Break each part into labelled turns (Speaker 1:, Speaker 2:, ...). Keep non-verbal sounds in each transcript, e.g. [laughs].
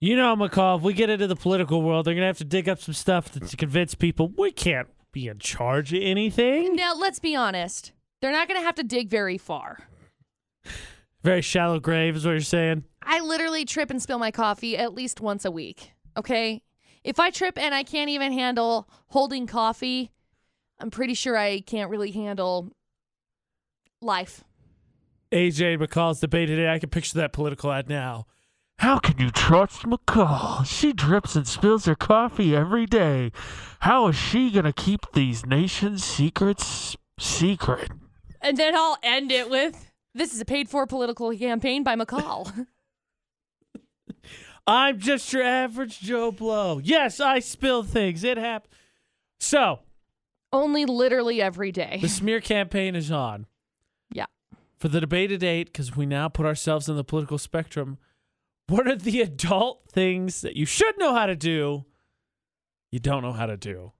Speaker 1: You know, McCall, if we get into the political world, they're going to have to dig up some stuff to, to convince people we can't be in charge of anything.
Speaker 2: Now, let's be honest. They're not going to have to dig very far.
Speaker 1: Very shallow grave is what you're saying.
Speaker 2: I literally trip and spill my coffee at least once a week. Okay. If I trip and I can't even handle holding coffee, I'm pretty sure I can't really handle life.
Speaker 1: AJ and McCall's debate today. I can picture that political ad now. How can you trust McCall? She drips and spills her coffee every day. How is she going to keep these nation's secrets secret?
Speaker 2: And then I'll end it with this is a paid for political campaign by McCall. [laughs]
Speaker 1: I'm just your average Joe Blow. Yes, I spill things. It happens. So,
Speaker 2: Only literally every day.
Speaker 1: the smear campaign is on.
Speaker 2: Yeah.
Speaker 1: For the debate at eight, because we now put ourselves in the political spectrum, what are the adult things that you should know how to do you don't know how to do?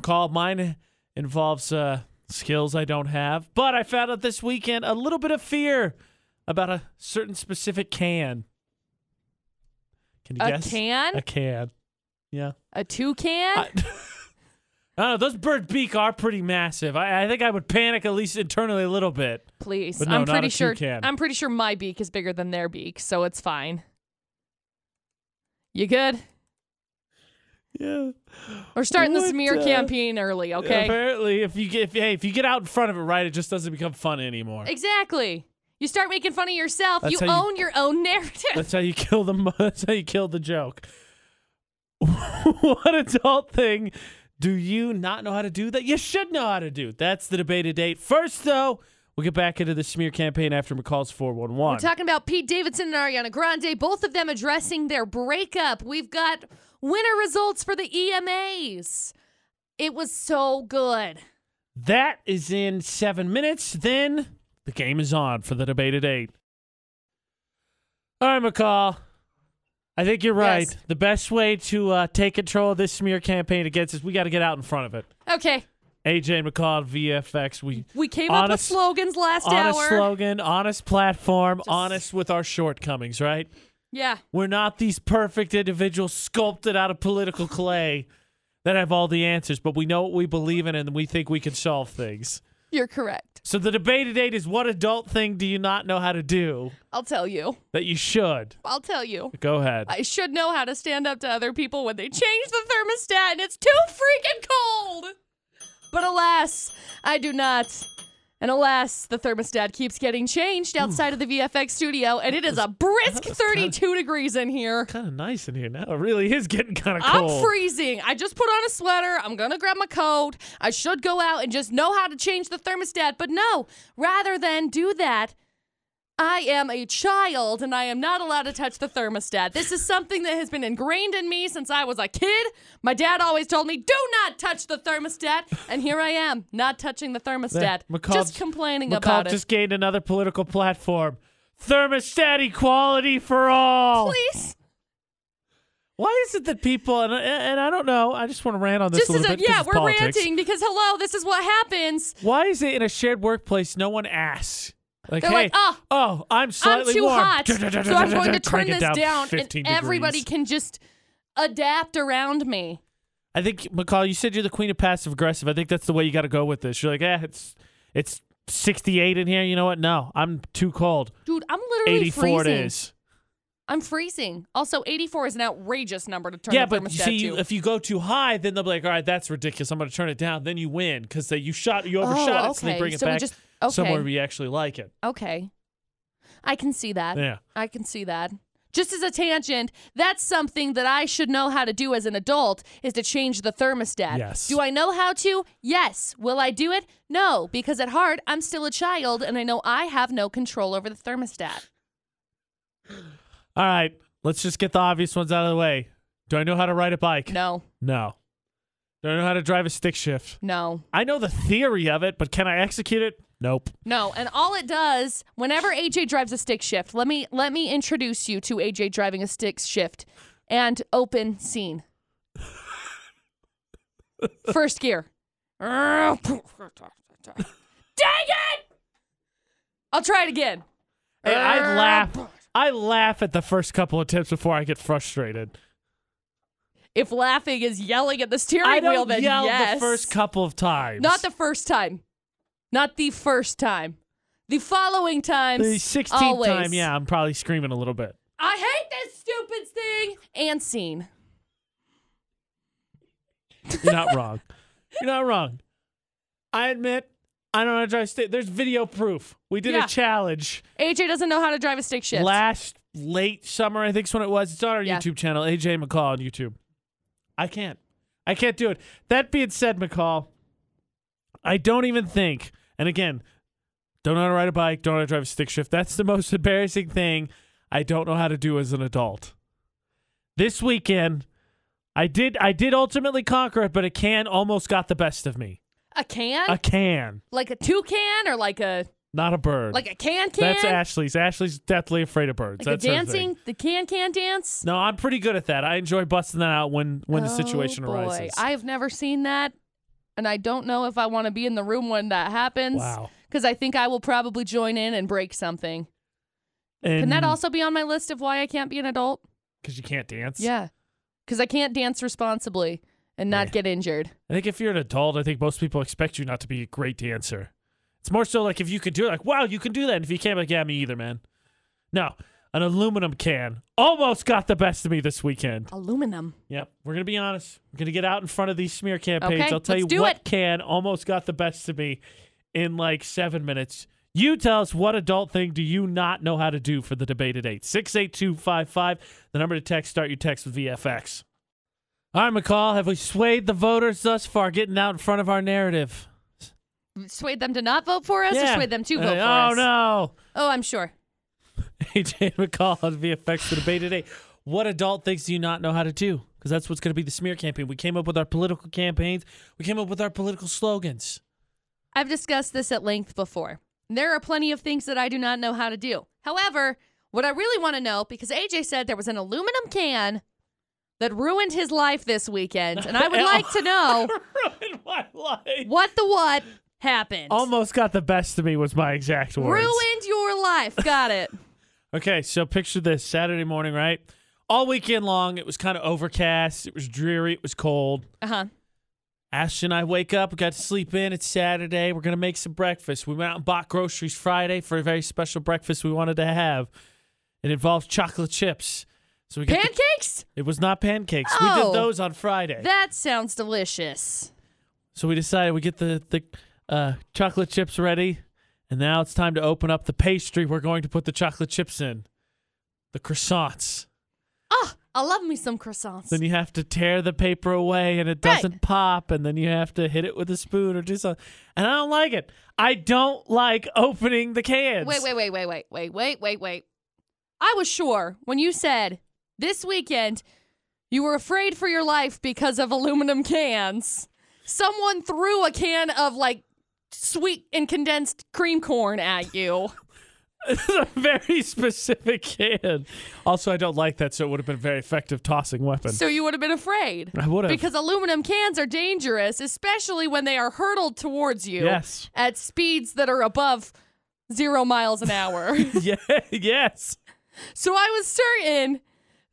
Speaker 1: McCall, mine involves uh, skills I don't have, but I found out this weekend a little bit of fear about a certain specific can. Can you
Speaker 2: A
Speaker 1: guess?
Speaker 2: can?
Speaker 1: A can. Yeah.
Speaker 2: A toucan? [laughs]
Speaker 1: I, [laughs] I don't know. Those bird beak are pretty massive. I, I think I would panic at least internally a little bit.
Speaker 2: Please.
Speaker 1: but no,
Speaker 2: I'm
Speaker 1: not
Speaker 2: pretty
Speaker 1: a
Speaker 2: sure
Speaker 1: toucan.
Speaker 2: I'm pretty sure my beak is bigger than their beak, so it's fine. You good?
Speaker 1: Yeah.
Speaker 2: We're starting the
Speaker 1: What
Speaker 2: smear
Speaker 1: the-
Speaker 2: campaign early, okay?
Speaker 1: Apparently, if you get if, hey, if you get out in front of it right, it just doesn't become fun anymore.
Speaker 2: Exactly. You start making fun of yourself.
Speaker 1: That's
Speaker 2: you
Speaker 1: how you-
Speaker 2: own your own narrative.
Speaker 1: That's how you kill the mo- [laughs] that's how you kill the joke. [laughs] what adult thing do you not know how to do that you should know how to do? That's the debated date. First, though, we'll get back into the smear campaign after McCall's four one one.
Speaker 2: We're talking about Pete Davidson and Ariana Grande, both of them addressing their breakup. We've got winner results for the EMAs. It was so good.
Speaker 1: That is in seven minutes. Then the game is on for the debated eight. All right, McCall. I think you're right.
Speaker 2: Yes.
Speaker 1: The best way to uh, take control of this smear campaign against us, we got to get out in front of it.
Speaker 2: Okay.
Speaker 1: AJ and McCall, VFX. We
Speaker 2: We came up with
Speaker 1: Honest-
Speaker 2: slogans last
Speaker 1: honest
Speaker 2: hour.
Speaker 1: slogan, honest platform, honest with our shortcomings. Right?
Speaker 2: yeah.
Speaker 1: We're not these perfect individuals sculpted out of political clay that have all the answers, but we know what we believe in, and we think we can solve things.
Speaker 2: You're correct.
Speaker 1: So the debate at eight is what adult thing do you not know how to do
Speaker 2: I'll tell you.
Speaker 1: that you should?
Speaker 2: I'll tell you.
Speaker 1: Go ahead.
Speaker 2: [laughs] I should know how to stand up to other people when they change the thermostat and it's too freaking cold. But alas, I do not. And alas, the thermostat keeps getting changed outside of the VFX studio, and it is a brisk 32 degrees in here.
Speaker 1: kind of nice in here now. It really is getting kind of
Speaker 2: I'm
Speaker 1: cold.
Speaker 2: freezing. I just put on a sweater. I'm going to grab my coat. I should go out and just know how to change the thermostat. But no, rather than do that, I am a child and I am not allowed to touch the thermostat. This is something that has been ingrained in me since I was a kid. My dad always told me, do not touch the thermostat. And here I am, not
Speaker 1: [laughs]
Speaker 2: touching the thermostat.
Speaker 1: McCall-
Speaker 2: just complaining
Speaker 1: McCall
Speaker 2: about
Speaker 1: just gained another political platform. Thermostat equality for all.
Speaker 2: it. Please.
Speaker 1: Why is it that people and and I don't know. I just want to rant on this
Speaker 2: Just
Speaker 1: a
Speaker 2: as
Speaker 1: little
Speaker 2: a,
Speaker 1: bit. 'cause
Speaker 2: yeah,
Speaker 1: it's
Speaker 2: we're
Speaker 1: politics.
Speaker 2: ranting because hello, this is what happens.
Speaker 1: Why is it in a shared workplace no one asks? Like,
Speaker 2: They're
Speaker 1: hey,
Speaker 2: like, "Oh,
Speaker 1: oh, I'm
Speaker 2: I'm
Speaker 1: slightly
Speaker 2: too
Speaker 1: warm. [laughs]
Speaker 2: hot, so I'm going to turn
Speaker 1: Crank it
Speaker 2: this down, and
Speaker 1: 15
Speaker 2: everybody
Speaker 1: degrees.
Speaker 2: can just adapt around me.
Speaker 1: I think McCall, you said you're the queen of passive aggressive. I think that's the way you got to go with this. You're like, eh, it's it's 68 in here. You know what? No, I'm too cold.
Speaker 2: Dude, I'm literally
Speaker 1: 84 it
Speaker 2: freezing.
Speaker 1: is.
Speaker 2: I'm freezing. Also, 84 is an outrageous number to turn
Speaker 1: Yeah,
Speaker 2: the
Speaker 1: but you
Speaker 2: thermostat
Speaker 1: see,
Speaker 2: to.
Speaker 1: you, if you go too high, then they'll be like, all right, that's ridiculous. I'm going to turn it down. Then you win because you shot, you overshot
Speaker 2: oh,
Speaker 1: it, so they
Speaker 2: okay.
Speaker 1: bring it
Speaker 2: So we
Speaker 1: back
Speaker 2: just- okay.
Speaker 1: somewhere we actually like it.
Speaker 2: okay. I can see that.
Speaker 1: Yeah.
Speaker 2: I can see that. Just as a tangent, that's something that I should know how to do as an adult is to change the thermostat.
Speaker 1: Yes.
Speaker 2: Do I know how to? Yes. Will I do it? No, because at heart, I'm still a child and I know I have no control over the thermostat.
Speaker 1: All right, let's just get the obvious ones out of the way. Do I know how to ride a bike?
Speaker 2: No,
Speaker 1: No. Do I know how to drive a stick shift?
Speaker 2: no.
Speaker 1: I know the theory of it, but can I execute it? Nope.
Speaker 2: No, and all it does whenever AJ drives a stick shift, let me let me introduce you to AJ driving a stick shift and open scene. First gear. Dang it! I'll try it again.
Speaker 1: Hey, I'd laugh. I laugh at the first couple of tips before I get frustrated.
Speaker 2: If laughing is yelling at the steering
Speaker 1: I don't
Speaker 2: wheel, then
Speaker 1: yell
Speaker 2: yes.
Speaker 1: the first couple of times.
Speaker 2: Not the first time. Not the first time. The following times.
Speaker 1: the 16th
Speaker 2: always.
Speaker 1: time. Yeah, I'm probably screaming a little
Speaker 2: [laughs]
Speaker 1: bit.
Speaker 2: I hate this stupid thing. And scene.
Speaker 1: You're not wrong. You're not wrong. I admit I don't know how to drive stick. There's video proof. We did
Speaker 2: Yeah.
Speaker 1: a challenge
Speaker 2: AJ doesn't know how to drive a stick shift.
Speaker 1: last late summer. I think's when it was. It's on our
Speaker 2: Yeah.
Speaker 1: YouTube channel, AJ McCall on YouTube. I can't. I can't do it. That being said, McCall, I don't even think. And again, don't know how to ride a bike. Don't know how to drive a stick shift. That's the most [laughs] embarrassing thing I don't know how to do as an adult. This weekend, I did. I did ultimately conquer it, but a can almost got the best of me.
Speaker 2: a can?
Speaker 1: A can,
Speaker 2: like a toucan or like a
Speaker 1: not a bird.
Speaker 2: like a can can?
Speaker 1: That's Ashley's. Ashley's deathly afraid of birds.
Speaker 2: Like
Speaker 1: That's
Speaker 2: the
Speaker 1: her thing.
Speaker 2: dancing, the can can dance.
Speaker 1: No, I'm pretty good at that. I enjoy busting that out when when the
Speaker 2: Oh,
Speaker 1: situation
Speaker 2: boy.
Speaker 1: arises.
Speaker 2: I have never seen that, and I don't know if I want to be in the room when that happens.
Speaker 1: wow.
Speaker 2: Because I think I will probably join in and break something.
Speaker 1: And
Speaker 2: Can that also be on my list of why I can't be an adult?
Speaker 1: because you can't dance?
Speaker 2: Yeah. Because I can't dance responsibly and not
Speaker 1: Yeah.
Speaker 2: get injured.
Speaker 1: I think if you're an adult, I think most people expect you not to be a great dancer. It's more so like if you could do it, like wow, you can do that. And if you can't, like yeah, me either, man. No, an aluminum can almost got the best of me this weekend.
Speaker 2: Aluminum.
Speaker 1: Yep, we're gonna be honest. We're gonna get out in front of these smear campaigns.
Speaker 2: Okay,
Speaker 1: I'll tell
Speaker 2: let's
Speaker 1: you
Speaker 2: do
Speaker 1: what
Speaker 2: it.
Speaker 1: can almost got the best of me in like seven minutes. You tell us what adult thing do you not know how to do for the debate at eight six eight two five five. The number to text. Start your text with VFX. All right, McCall. Have we swayed the voters thus far? Getting out in front of our narrative.
Speaker 2: Swayed them to not vote for us or swayed them to
Speaker 1: Uh,
Speaker 2: vote for
Speaker 1: oh,
Speaker 2: us?
Speaker 1: no.
Speaker 2: Oh, I'm sure.
Speaker 1: [laughs] AJ McCall on VFX the debate today. What adult things do you not know how to do? Because that's what's going to be the smear campaign. We came up with our political campaigns. We came up with our political slogans.
Speaker 2: I've discussed this at length before. There are plenty of things that I do not know how to do. However, what I really want to know, because AJ said there was an aluminum can that ruined his life this weekend,
Speaker 1: [laughs]
Speaker 2: and I would like to know
Speaker 1: [laughs] Ruined my life.
Speaker 2: what the what happened.
Speaker 1: Almost got the best of me was my exact words.
Speaker 2: Ruined your life. Got it.
Speaker 1: Okay, so picture this Saturday morning, right? All weekend long, it was kind of overcast. It was dreary. It was cold. [laughs]
Speaker 2: Uh huh.
Speaker 1: Ash and I wake up, we got to sleep in. It's Saturday. We're going to make some breakfast. We went out and bought groceries Friday for a very special breakfast we wanted to have. It involves chocolate chips. So we get the-
Speaker 2: Pancakes?
Speaker 1: it was not pancakes. We
Speaker 2: Oh.
Speaker 1: did those on Friday.
Speaker 2: That sounds delicious.
Speaker 1: so we decided we get the the uh, chocolate chips ready, and now it's time to open up the pastry we're going to put the chocolate chips in. The croissants.
Speaker 2: Oh, I love me some croissants.
Speaker 1: Then you have to tear the paper away and it
Speaker 2: Right.
Speaker 1: doesn't pop, and then you have to hit it with a spoon or do something. And I don't like it. I don't like opening the cans.
Speaker 2: Wait, wait, wait, wait, wait, wait, wait, wait, wait. I was sure when you said this weekend you were afraid for your life because of aluminum cans. Someone threw a can of like sweet and condensed cream corn at you.
Speaker 1: [laughs] It's a very specific can. Also, I don't like that, so it would have been a very effective tossing weapon.
Speaker 2: so you would have been afraid.
Speaker 1: I would have.
Speaker 2: Because aluminum cans are dangerous, especially when they are hurtled towards you
Speaker 1: Yes.
Speaker 2: at speeds that are above zero miles an
Speaker 1: [laughs]
Speaker 2: hour.
Speaker 1: yeah, yes.
Speaker 2: So I was certain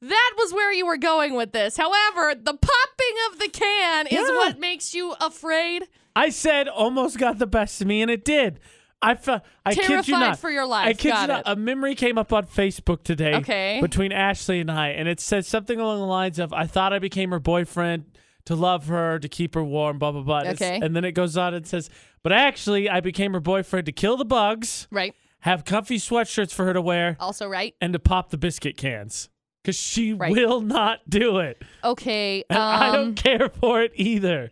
Speaker 2: that was where you were going with this. However, the popping of the can is
Speaker 1: Yeah.
Speaker 2: what makes you afraid.
Speaker 1: I said almost got the best of me, and it did. I felt I kid you
Speaker 2: Terrified
Speaker 1: not.
Speaker 2: for your life.
Speaker 1: I kid
Speaker 2: Got
Speaker 1: you not.
Speaker 2: it.
Speaker 1: A memory came up on Facebook today.
Speaker 2: Okay.
Speaker 1: Between Ashley and I, and it said something along the lines of, "I thought I became her boyfriend to love her, to keep her warm, blah blah blah." And it's-
Speaker 2: Okay.
Speaker 1: And then it goes on and says, "But actually, I became her boyfriend to kill the bugs,
Speaker 2: Right.
Speaker 1: have comfy sweatshirts for her to wear,
Speaker 2: Also, right.
Speaker 1: and to pop the biscuit cans." Cause she
Speaker 2: Right.
Speaker 1: will not do it,
Speaker 2: Okay.
Speaker 1: and [laughs] I
Speaker 2: um,
Speaker 1: don't care for it either.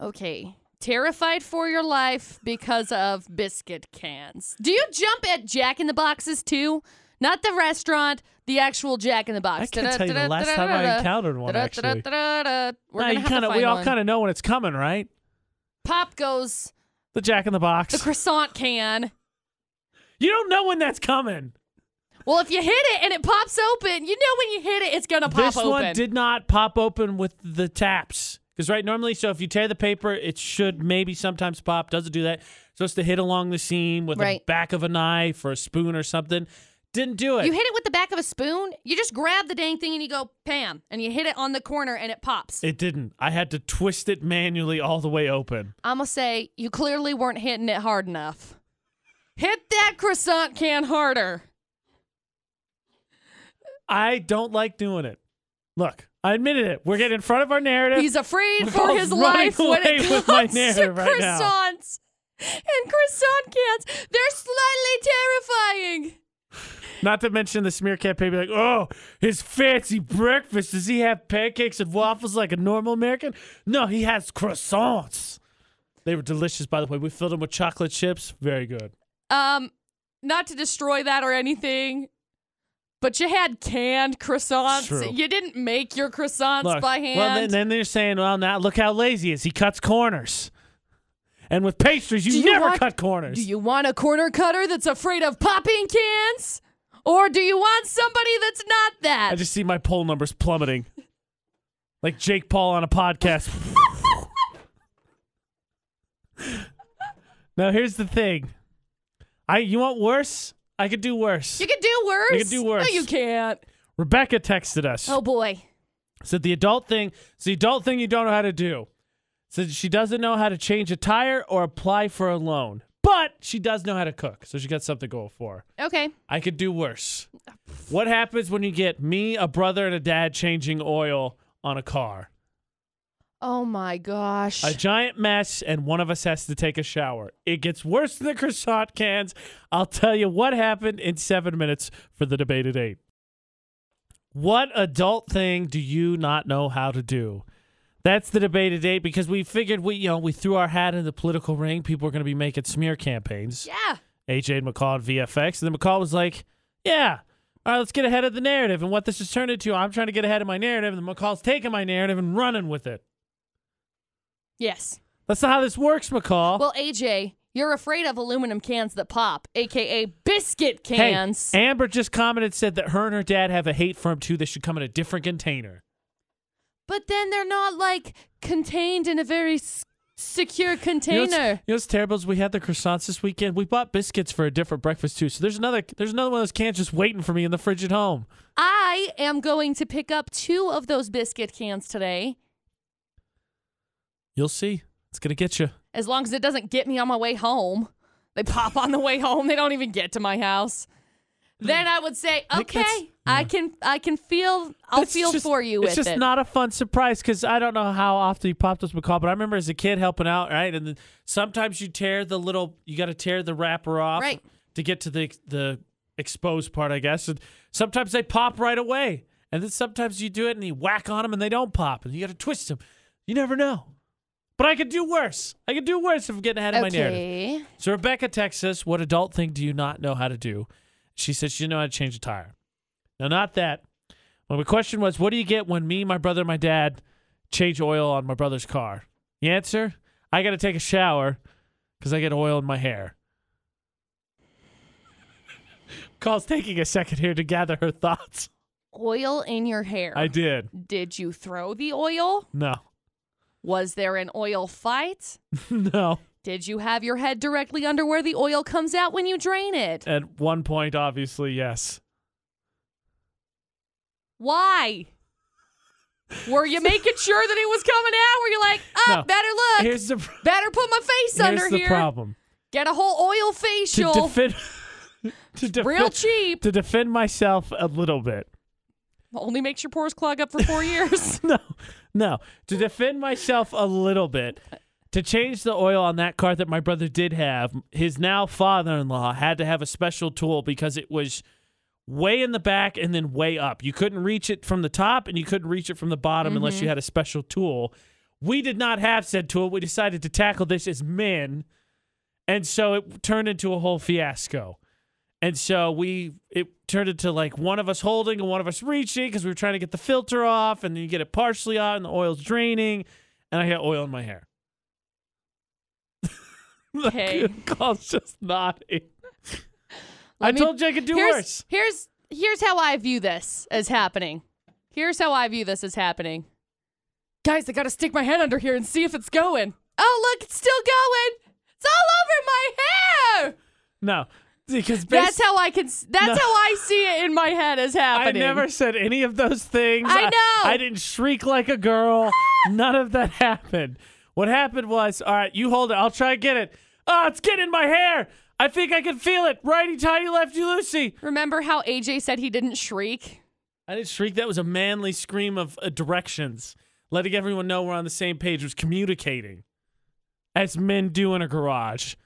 Speaker 2: Okay. Terrified for your life because of biscuit cans. Do you jump at Jack in the Boxes too? Not the restaurant, the actual Jack in the Box.
Speaker 1: I can't tell you the last time I encountered one. Actually,
Speaker 2: We're
Speaker 1: No,
Speaker 2: gonna
Speaker 1: you
Speaker 2: have to
Speaker 1: kinda- we
Speaker 2: find
Speaker 1: all
Speaker 2: one.
Speaker 1: kind of know when it's coming, right?
Speaker 2: Pop goes
Speaker 1: The Jack in the Box.
Speaker 2: the croissant can.
Speaker 1: you don't know when that's coming.
Speaker 2: Well, if you hit it and it pops open, you know when you hit it, it's gonna pop
Speaker 1: this
Speaker 2: open.
Speaker 1: one did not pop open with the taps. Because right, normally, so if you tear the paper, it should maybe sometimes pop. Doesn't do that. It's supposed to hit along the seam with the
Speaker 2: Right.
Speaker 1: back of a knife or a spoon or something. Didn't do it.
Speaker 2: You hit it with the back of a spoon. You just grab the dang thing and you go pam, and you hit it on the corner and it pops.
Speaker 1: it didn't. I had to twist it manually all the way open.
Speaker 2: I'm gonna say you clearly weren't hitting it hard enough. Hit that croissant can harder.
Speaker 1: I don't like doing it. Look, I admitted it. We're getting in front of our narrative.
Speaker 2: He's afraid
Speaker 1: We're
Speaker 2: for
Speaker 1: all
Speaker 2: his
Speaker 1: running
Speaker 2: life when
Speaker 1: away
Speaker 2: it comes
Speaker 1: with my
Speaker 2: to
Speaker 1: narrative right now.
Speaker 2: croissants and croissant cans. They're slightly terrifying.
Speaker 1: Not to mention the smear campaign be like, oh, his fancy breakfast. Does he have pancakes and waffles like a normal American? No, he has croissants. They were delicious, by the way. We filled them with chocolate chips. Very good.
Speaker 2: Um, not to destroy that or anything, but you had canned croissants.
Speaker 1: True.
Speaker 2: You didn't make your croissants
Speaker 1: Look,
Speaker 2: by hand.
Speaker 1: Well, then, then they're saying, well, now look how lazy he is. He cuts corners. And with pastries, you,
Speaker 2: Do you
Speaker 1: never
Speaker 2: want-
Speaker 1: cut corners.
Speaker 2: do you want a corner cutter that's afraid of popping cans? Or do you want somebody that's not that?
Speaker 1: I just see my poll numbers plummeting. Like Jake Paul on a podcast. [laughs] now here's the thing. I you want worse? I could do worse.
Speaker 2: you could do worse.
Speaker 1: You could do worse.
Speaker 2: No, you can't.
Speaker 1: Rebecca texted us.
Speaker 2: Oh boy.
Speaker 1: Said the adult thing, it's the adult thing you don't know how to do. Said she doesn't know how to change a tire or apply for a loan. But she does know how to cook, so she got something going for her.
Speaker 2: Okay.
Speaker 1: I could do worse. What happens when you get me, a brother, and a dad changing oil on a car?
Speaker 2: Oh my gosh.
Speaker 1: A giant mess, and one of us has to take a shower. It gets worse than the croissant cans. I'll tell you what happened in seven minutes for the debate at eight. What adult thing do you not know how to do? That's the debate at eight because we figured we, you know, we threw our hat in the political ring. People are going to be making smear campaigns.
Speaker 2: yeah.
Speaker 1: AJ and McCall at VFX. And then McCall was like, Yeah, all right, let's get ahead of the narrative and what this has turned into. I'm trying to get ahead of my narrative, and then McCall's taking my narrative and running with it.
Speaker 2: Yes.
Speaker 1: That's not how this works, McCall.
Speaker 2: Well, AJ, you're afraid of aluminum cans that pop, aka biscuit
Speaker 1: hey,
Speaker 2: cans.
Speaker 1: Amber just commented said that her and her dad have a hate for him too. They should come in a different container.
Speaker 2: But then they're not like contained in a very s- secure container.
Speaker 1: You know, what's- you know what's terrible is we had the croissants this weekend. We bought biscuits for a different breakfast too. So there's another there's another one of those cans just waiting for me in the fridge at home.
Speaker 2: I am going to pick up two of those biscuit cans today,
Speaker 1: You'll see. It's gonna get you.
Speaker 2: as long as it doesn't get me on my way home. They pop on the way home. They don't even get to my house. Then I would say,
Speaker 1: think
Speaker 2: okay,
Speaker 1: that's-
Speaker 2: I can, I can feel, I'll
Speaker 1: It's
Speaker 2: feel
Speaker 1: just-
Speaker 2: for you
Speaker 1: It's
Speaker 2: with
Speaker 1: just
Speaker 2: it.
Speaker 1: not a fun surprise because I don't know how often you popped those McCall, but I remember as a kid helping out, right? And then sometimes you tear the little, you got to tear the wrapper off
Speaker 2: Right.
Speaker 1: to get to the the exposed part, I guess. And sometimes they pop right away, and then sometimes you do it and you whack on them and they don't pop, and you got to twist them. You never know. But I could do worse. I could do worse if I'm getting ahead of my narrative.
Speaker 2: okay.
Speaker 1: So Rebecca texts us, "What adult thing do you not know how to do?" She said she didn't know how to change a tire. Now, not that. Well, my question was, "What do you get when me, my brother, and my dad change oil on my brother's car?" The answer: I got to take a shower because I get oil in my hair. [laughs] Call's taking a second here to gather her thoughts.
Speaker 2: Oil in your hair.
Speaker 1: I did.
Speaker 2: Did you throw the oil?
Speaker 1: No. [laughs]
Speaker 2: Was there an oil fight?
Speaker 1: No.
Speaker 2: Did you have your head directly under where the oil comes out when you drain it?
Speaker 1: At one point, obviously, yes.
Speaker 2: Why?
Speaker 1: [laughs]
Speaker 2: Were you making sure that it was coming out? Were you like, oh,
Speaker 1: No.
Speaker 2: better look,
Speaker 1: Here's the, pro-
Speaker 2: better put my face
Speaker 1: here's
Speaker 2: under
Speaker 1: the
Speaker 2: here,
Speaker 1: problem.
Speaker 2: get a whole oil facial,
Speaker 1: To defend, [laughs] to defend,
Speaker 2: real cheap.
Speaker 1: to defend myself a little bit. [laughs]
Speaker 2: Only makes your pores clog up for four years.
Speaker 1: No, no. To defend myself a little bit. To change the oil on that car that my brother did have, his now father in law had to have a special tool because it was way in the back and then way up. You couldn't reach it from the top and you couldn't reach it from the bottom unless
Speaker 2: Mm-hmm.
Speaker 1: you had a special tool. We did not have said tool. We decided to tackle this as men. And so it turned into a whole fiasco. And so we it turned into like one of us holding and one of us reaching because we were trying to get the filter off, and then you get it partially out, and the oil's draining, and I got oil in my hair. [laughs] The
Speaker 2: Okay.
Speaker 1: Call's just nodding. I
Speaker 2: me-
Speaker 1: told you I could do
Speaker 2: here's,
Speaker 1: worse.
Speaker 2: here's here's how I view this as happening. Here's how I view this as happening. Guys, I gotta stick my head under here and see if it's going. Oh look, it's still going. It's all over my hair.
Speaker 1: No, because
Speaker 2: That's
Speaker 1: basi-
Speaker 2: how I can. s- That's
Speaker 1: No.
Speaker 2: how I see it in my head as
Speaker 1: I
Speaker 2: happening.
Speaker 1: never said any of those things.
Speaker 2: I know. Ah!
Speaker 1: I, didn't shriek like a girl. None of that happened. What happened was, all right, you hold it. I'll try to get it. Oh, it's getting in my hair. I think I can feel it. Righty tighty, lefty loosey.
Speaker 2: Remember how AJ said he didn't shriek?
Speaker 1: I didn't shriek. That was a manly scream of uh, directions, letting everyone know we're on the same page. Was communicating, as men do in a garage.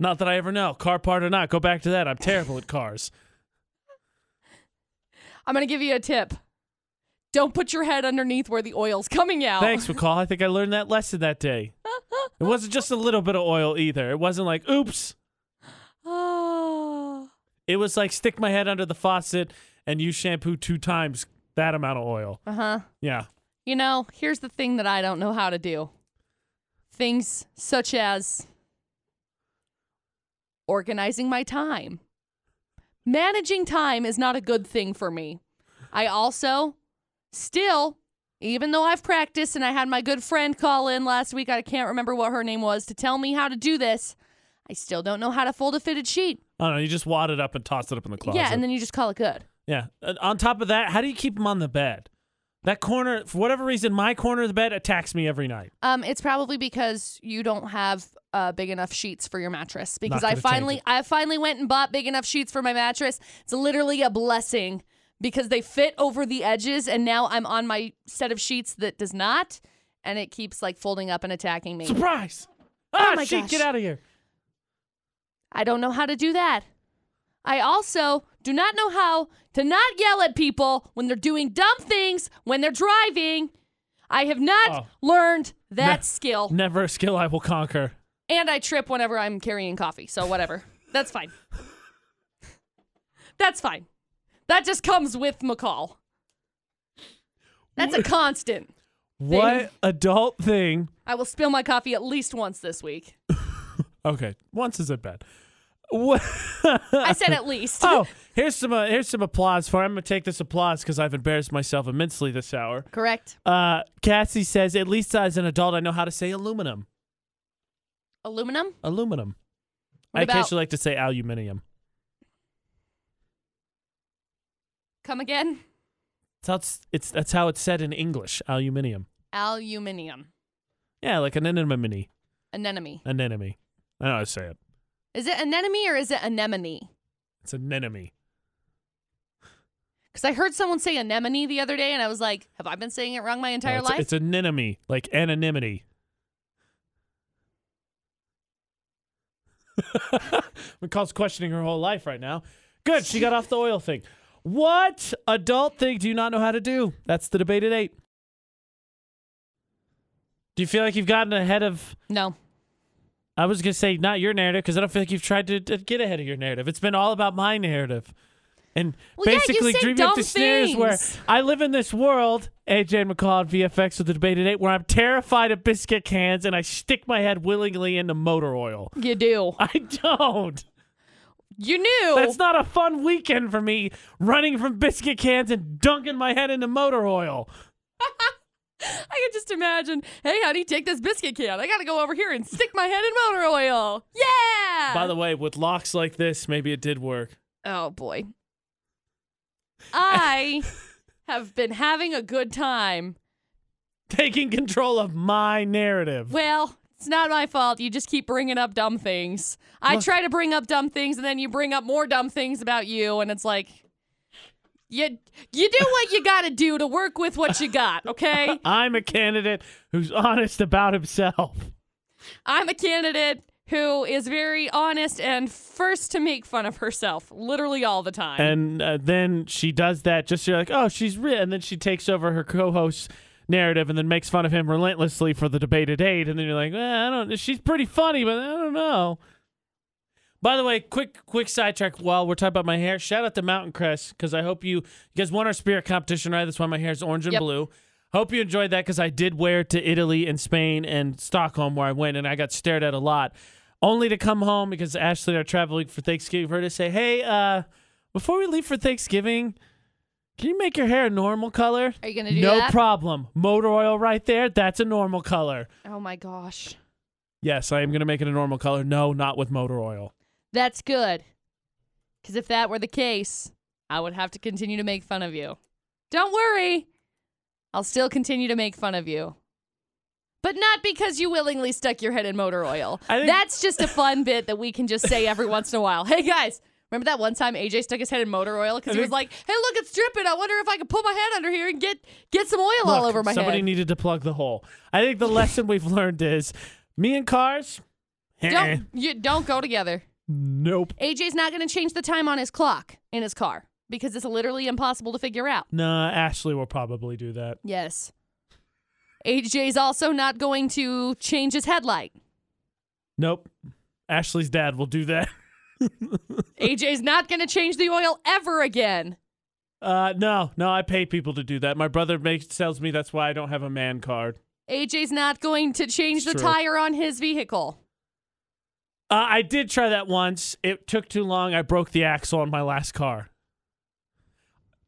Speaker 1: Not that I ever know, car part or not. Go back to that. I'm terrible at cars.
Speaker 2: I'm gonna give you a tip. Don't put your head underneath where the oil's coming out. [sighs]
Speaker 1: Thanks, McCall. I think I learned that lesson that day.
Speaker 2: [laughs]
Speaker 1: It wasn't just a little bit of oil either. It wasn't like, oops.
Speaker 2: Oh.
Speaker 1: It was like, stick my head under the faucet and use shampoo two times that amount of oil.
Speaker 2: Uh huh.
Speaker 1: Yeah.
Speaker 2: You know, here's the thing that I don't know how to do. Things such as organizing my time. Managing time is not a good thing for me. I also still, even though I've practiced and I had my good friend call in last week, I can't remember what her name was, to tell me how to do this, I still don't know how to fold a fitted sheet.
Speaker 1: I don't know. You just wad it up and toss it up in the closet.
Speaker 2: Yeah, and then you just call it good.
Speaker 1: Yeah. Uh, On top of that, how do you keep them on the bed? That corner, for whatever reason, my corner of the bed attacks me every night.
Speaker 2: Um, it's probably because you don't have uh, big enough sheets for your mattress. Because I
Speaker 1: gonna change
Speaker 2: finally,
Speaker 1: it.
Speaker 2: I finally went and bought big enough sheets for my mattress. It's literally a blessing because they fit over the edges, and now I'm on my set of sheets that does not, and it keeps like folding up and attacking me.
Speaker 1: Surprise! Ah,
Speaker 2: Oh my
Speaker 1: sheet,
Speaker 2: gosh.
Speaker 1: get out of here.
Speaker 2: I don't know how to do that. I also do not know how to not yell at people when they're doing dumb things when they're driving. I have not
Speaker 1: Oh.
Speaker 2: learned that
Speaker 1: No.
Speaker 2: skill.
Speaker 1: Never a skill I will conquer.
Speaker 2: And I trip whenever I'm carrying coffee, so whatever. That's fine. That's fine. That just comes with McCall. That's a constant.
Speaker 1: What adult thing
Speaker 2: I will spill my coffee at least once this week.
Speaker 1: Okay, once is it [laughs] bad? What?
Speaker 2: I said at least.
Speaker 1: [laughs]
Speaker 2: [laughs]
Speaker 1: oh, here's some uh, here's some applause for. I'm gonna take this applause because I've embarrassed myself immensely this hour.
Speaker 2: Correct.
Speaker 1: Uh, Cassie says, at least as an adult, I know how to say aluminum.
Speaker 2: Aluminum?
Speaker 1: Aluminum.
Speaker 2: What
Speaker 1: I
Speaker 2: about-
Speaker 1: occasionally like to say aluminium.
Speaker 2: Come again?
Speaker 1: It's how it's, it's that's how it's said in English. Aluminium.
Speaker 2: Aluminium.
Speaker 1: Yeah, like an anemone.
Speaker 2: Anemone.
Speaker 1: Anemone. I don't know how to say it.
Speaker 2: Is it anemone or is it anemone?
Speaker 1: It's anemone.
Speaker 2: Because I heard someone say anemone the other day and I was like, have I been saying it wrong my
Speaker 1: No,
Speaker 2: entire
Speaker 1: it's,
Speaker 2: life?
Speaker 1: It's anemone, like anonymity. [laughs] McCall's questioning her whole life right now. Good, she got off the oil thing. What adult thing do you not know how to do? That's the debate at eight. Do you feel like you've gotten ahead of?
Speaker 2: no.
Speaker 1: I was gonna say not your narrative because I don't feel like you've tried to, to get ahead of your narrative. It's been all about my narrative, and
Speaker 2: Well, yeah, you
Speaker 1: basically
Speaker 2: say
Speaker 1: dreaming up
Speaker 2: dumb
Speaker 1: the scenarios where
Speaker 2: things.
Speaker 1: I live in this world. AJ and McCall at VFX with the debate today, where I'm terrified of biscuit cans and I stick my head willingly into motor oil. [laughs]
Speaker 2: You do.
Speaker 1: I don't.
Speaker 2: You knew.
Speaker 1: That's not a fun weekend for me running from biscuit cans and dunking my head into motor oil.
Speaker 2: I can just imagine, hey, honey, take this biscuit can. I gotta go over here and stick my head in motor oil. Yeah.
Speaker 1: By the way, with locks like this, maybe it did work. [laughs]
Speaker 2: oh boy, I have been having a good time.
Speaker 1: Taking control of my narrative.
Speaker 2: Well, it's not my fault. You just keep bringing up dumb things. I
Speaker 1: Look-
Speaker 2: try to bring up dumb things, and then you bring up more dumb things about you, and it's like. You, you do what you gotta do to work with what you got, okay?
Speaker 1: I'm a candidate who's honest about himself.
Speaker 2: I'm a candidate who is very honest and first to make fun of herself literally all the time.
Speaker 1: And uh, then she does that just so you're like, oh, she's real. And then she takes over her co host's narrative and then makes fun of him relentlessly for the debate at eight. And then you're like, well, I don't She's pretty funny, but I don't know. By the way, quick quick sidetrack while we're talking about my hair. Shout out to Mountain Crest because I hope you, you guys won our spirit competition, right? That's why my hair is orange and
Speaker 2: Yep.
Speaker 1: blue. Hope you enjoyed that because I did wear it to Italy and Spain and Stockholm where I went and I got stared at a lot. Only to come home because Ashley and I are traveling for Thanksgiving for her to say, hey, uh, before we leave for Thanksgiving, can you make your hair a normal color?
Speaker 2: Are you gonna do
Speaker 1: no
Speaker 2: that?
Speaker 1: problem. Motor oil right there. That's a normal color.
Speaker 2: oh my gosh.
Speaker 1: Yes, I am going to make it a normal color. No, not with motor oil.
Speaker 2: That's good. Because if that were the case, I would have to continue to make fun of you. Don't worry. I'll still continue to make fun of you. But not because you willingly stuck your head in motor oil.
Speaker 1: I think-
Speaker 2: That's just a fun bit that we can just say every once in a while. Hey guys, remember that one time AJ stuck his head in motor oil because
Speaker 1: I
Speaker 2: he was
Speaker 1: think-
Speaker 2: like, "Hey, look, it's dripping. I wonder if I can put my head under here and get get some oil all
Speaker 1: Look,
Speaker 2: over my
Speaker 1: somebody
Speaker 2: head."
Speaker 1: needed to plug the hole. I think the lesson we've learned is me and cars, eh,
Speaker 2: don't you don't go together.
Speaker 1: nope.
Speaker 2: AJ's not going to change the time on his clock in his car because it's literally impossible to figure out.
Speaker 1: Nah, Ashley will probably do that.
Speaker 2: Yes. AJ's also not going to change his headlight.
Speaker 1: Nope. Ashley's dad will do that. [laughs]
Speaker 2: AJ's not going to change the oil ever again.
Speaker 1: Uh, no, no, I pay people to do that. My brother makes tells me that's why I don't have a man card.
Speaker 2: AJ's not going to change
Speaker 1: It's
Speaker 2: the
Speaker 1: true.
Speaker 2: tire on his vehicle.
Speaker 1: Uh, I did try that once. It took too long. I broke the axle on my last car.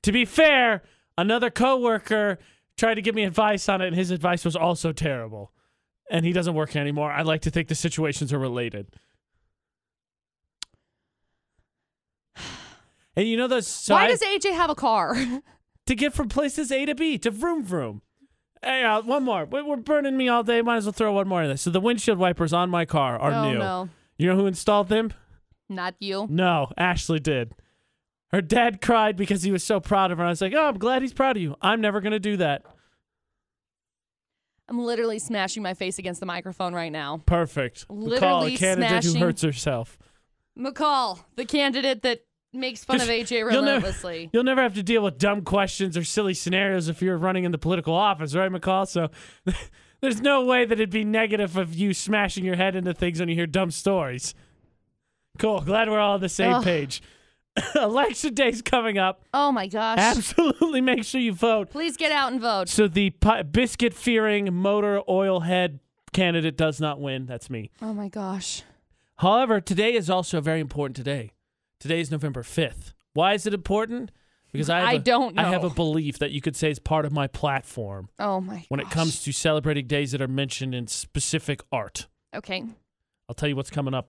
Speaker 1: To be fair, another coworker tried to give me advice on it, and his advice was also terrible. And he doesn't work anymore. I like to think the situations are related. [sighs] And you know those. So
Speaker 2: Why
Speaker 1: I-
Speaker 2: does AJ have a car? [laughs]
Speaker 1: to get from places A to B to vroom vroom. Hey, uh, one more. We- We're burning me all day. Might as well throw one more in there. So the windshield wipers on my car are
Speaker 2: oh,
Speaker 1: new.
Speaker 2: no.
Speaker 1: You know who installed them?
Speaker 2: Not you.
Speaker 1: No, Ashley did. Her dad cried because he was so proud of her. I was like, "Oh, I'm glad he's proud of you. I'm never gonna do that."
Speaker 2: I'm literally smashing my face against the microphone right now.
Speaker 1: Perfect. We call a
Speaker 2: Literally
Speaker 1: candidate
Speaker 2: smashing-
Speaker 1: who hurts herself.
Speaker 2: McCall, the candidate that makes fun of AJ
Speaker 1: You'll never-
Speaker 2: relentlessly.
Speaker 1: You'll never have to deal with dumb questions or silly scenarios if you're running in the political office, right, McCall? So [laughs] there's no way that it'd be negative of you smashing your head into things when you hear dumb stories. Cool. Glad we're all on the same
Speaker 2: Ugh.
Speaker 1: page. [laughs] Election day's coming up.
Speaker 2: Oh my gosh.
Speaker 1: Absolutely make sure you vote.
Speaker 2: Please get out and vote.
Speaker 1: So the pi- biscuit fearing motor oil head candidate does not win. That's me.
Speaker 2: Oh my gosh.
Speaker 1: However, today is also a very important today. Today is November 5th. Why is it important? Because I, have
Speaker 2: I
Speaker 1: a-
Speaker 2: don't
Speaker 1: I have
Speaker 2: know.
Speaker 1: a belief that you could say is part of my platform
Speaker 2: Oh my
Speaker 1: when it
Speaker 2: gosh.
Speaker 1: comes to celebrating days that are mentioned in specific art.
Speaker 2: Okay.
Speaker 1: I'll tell you what's coming up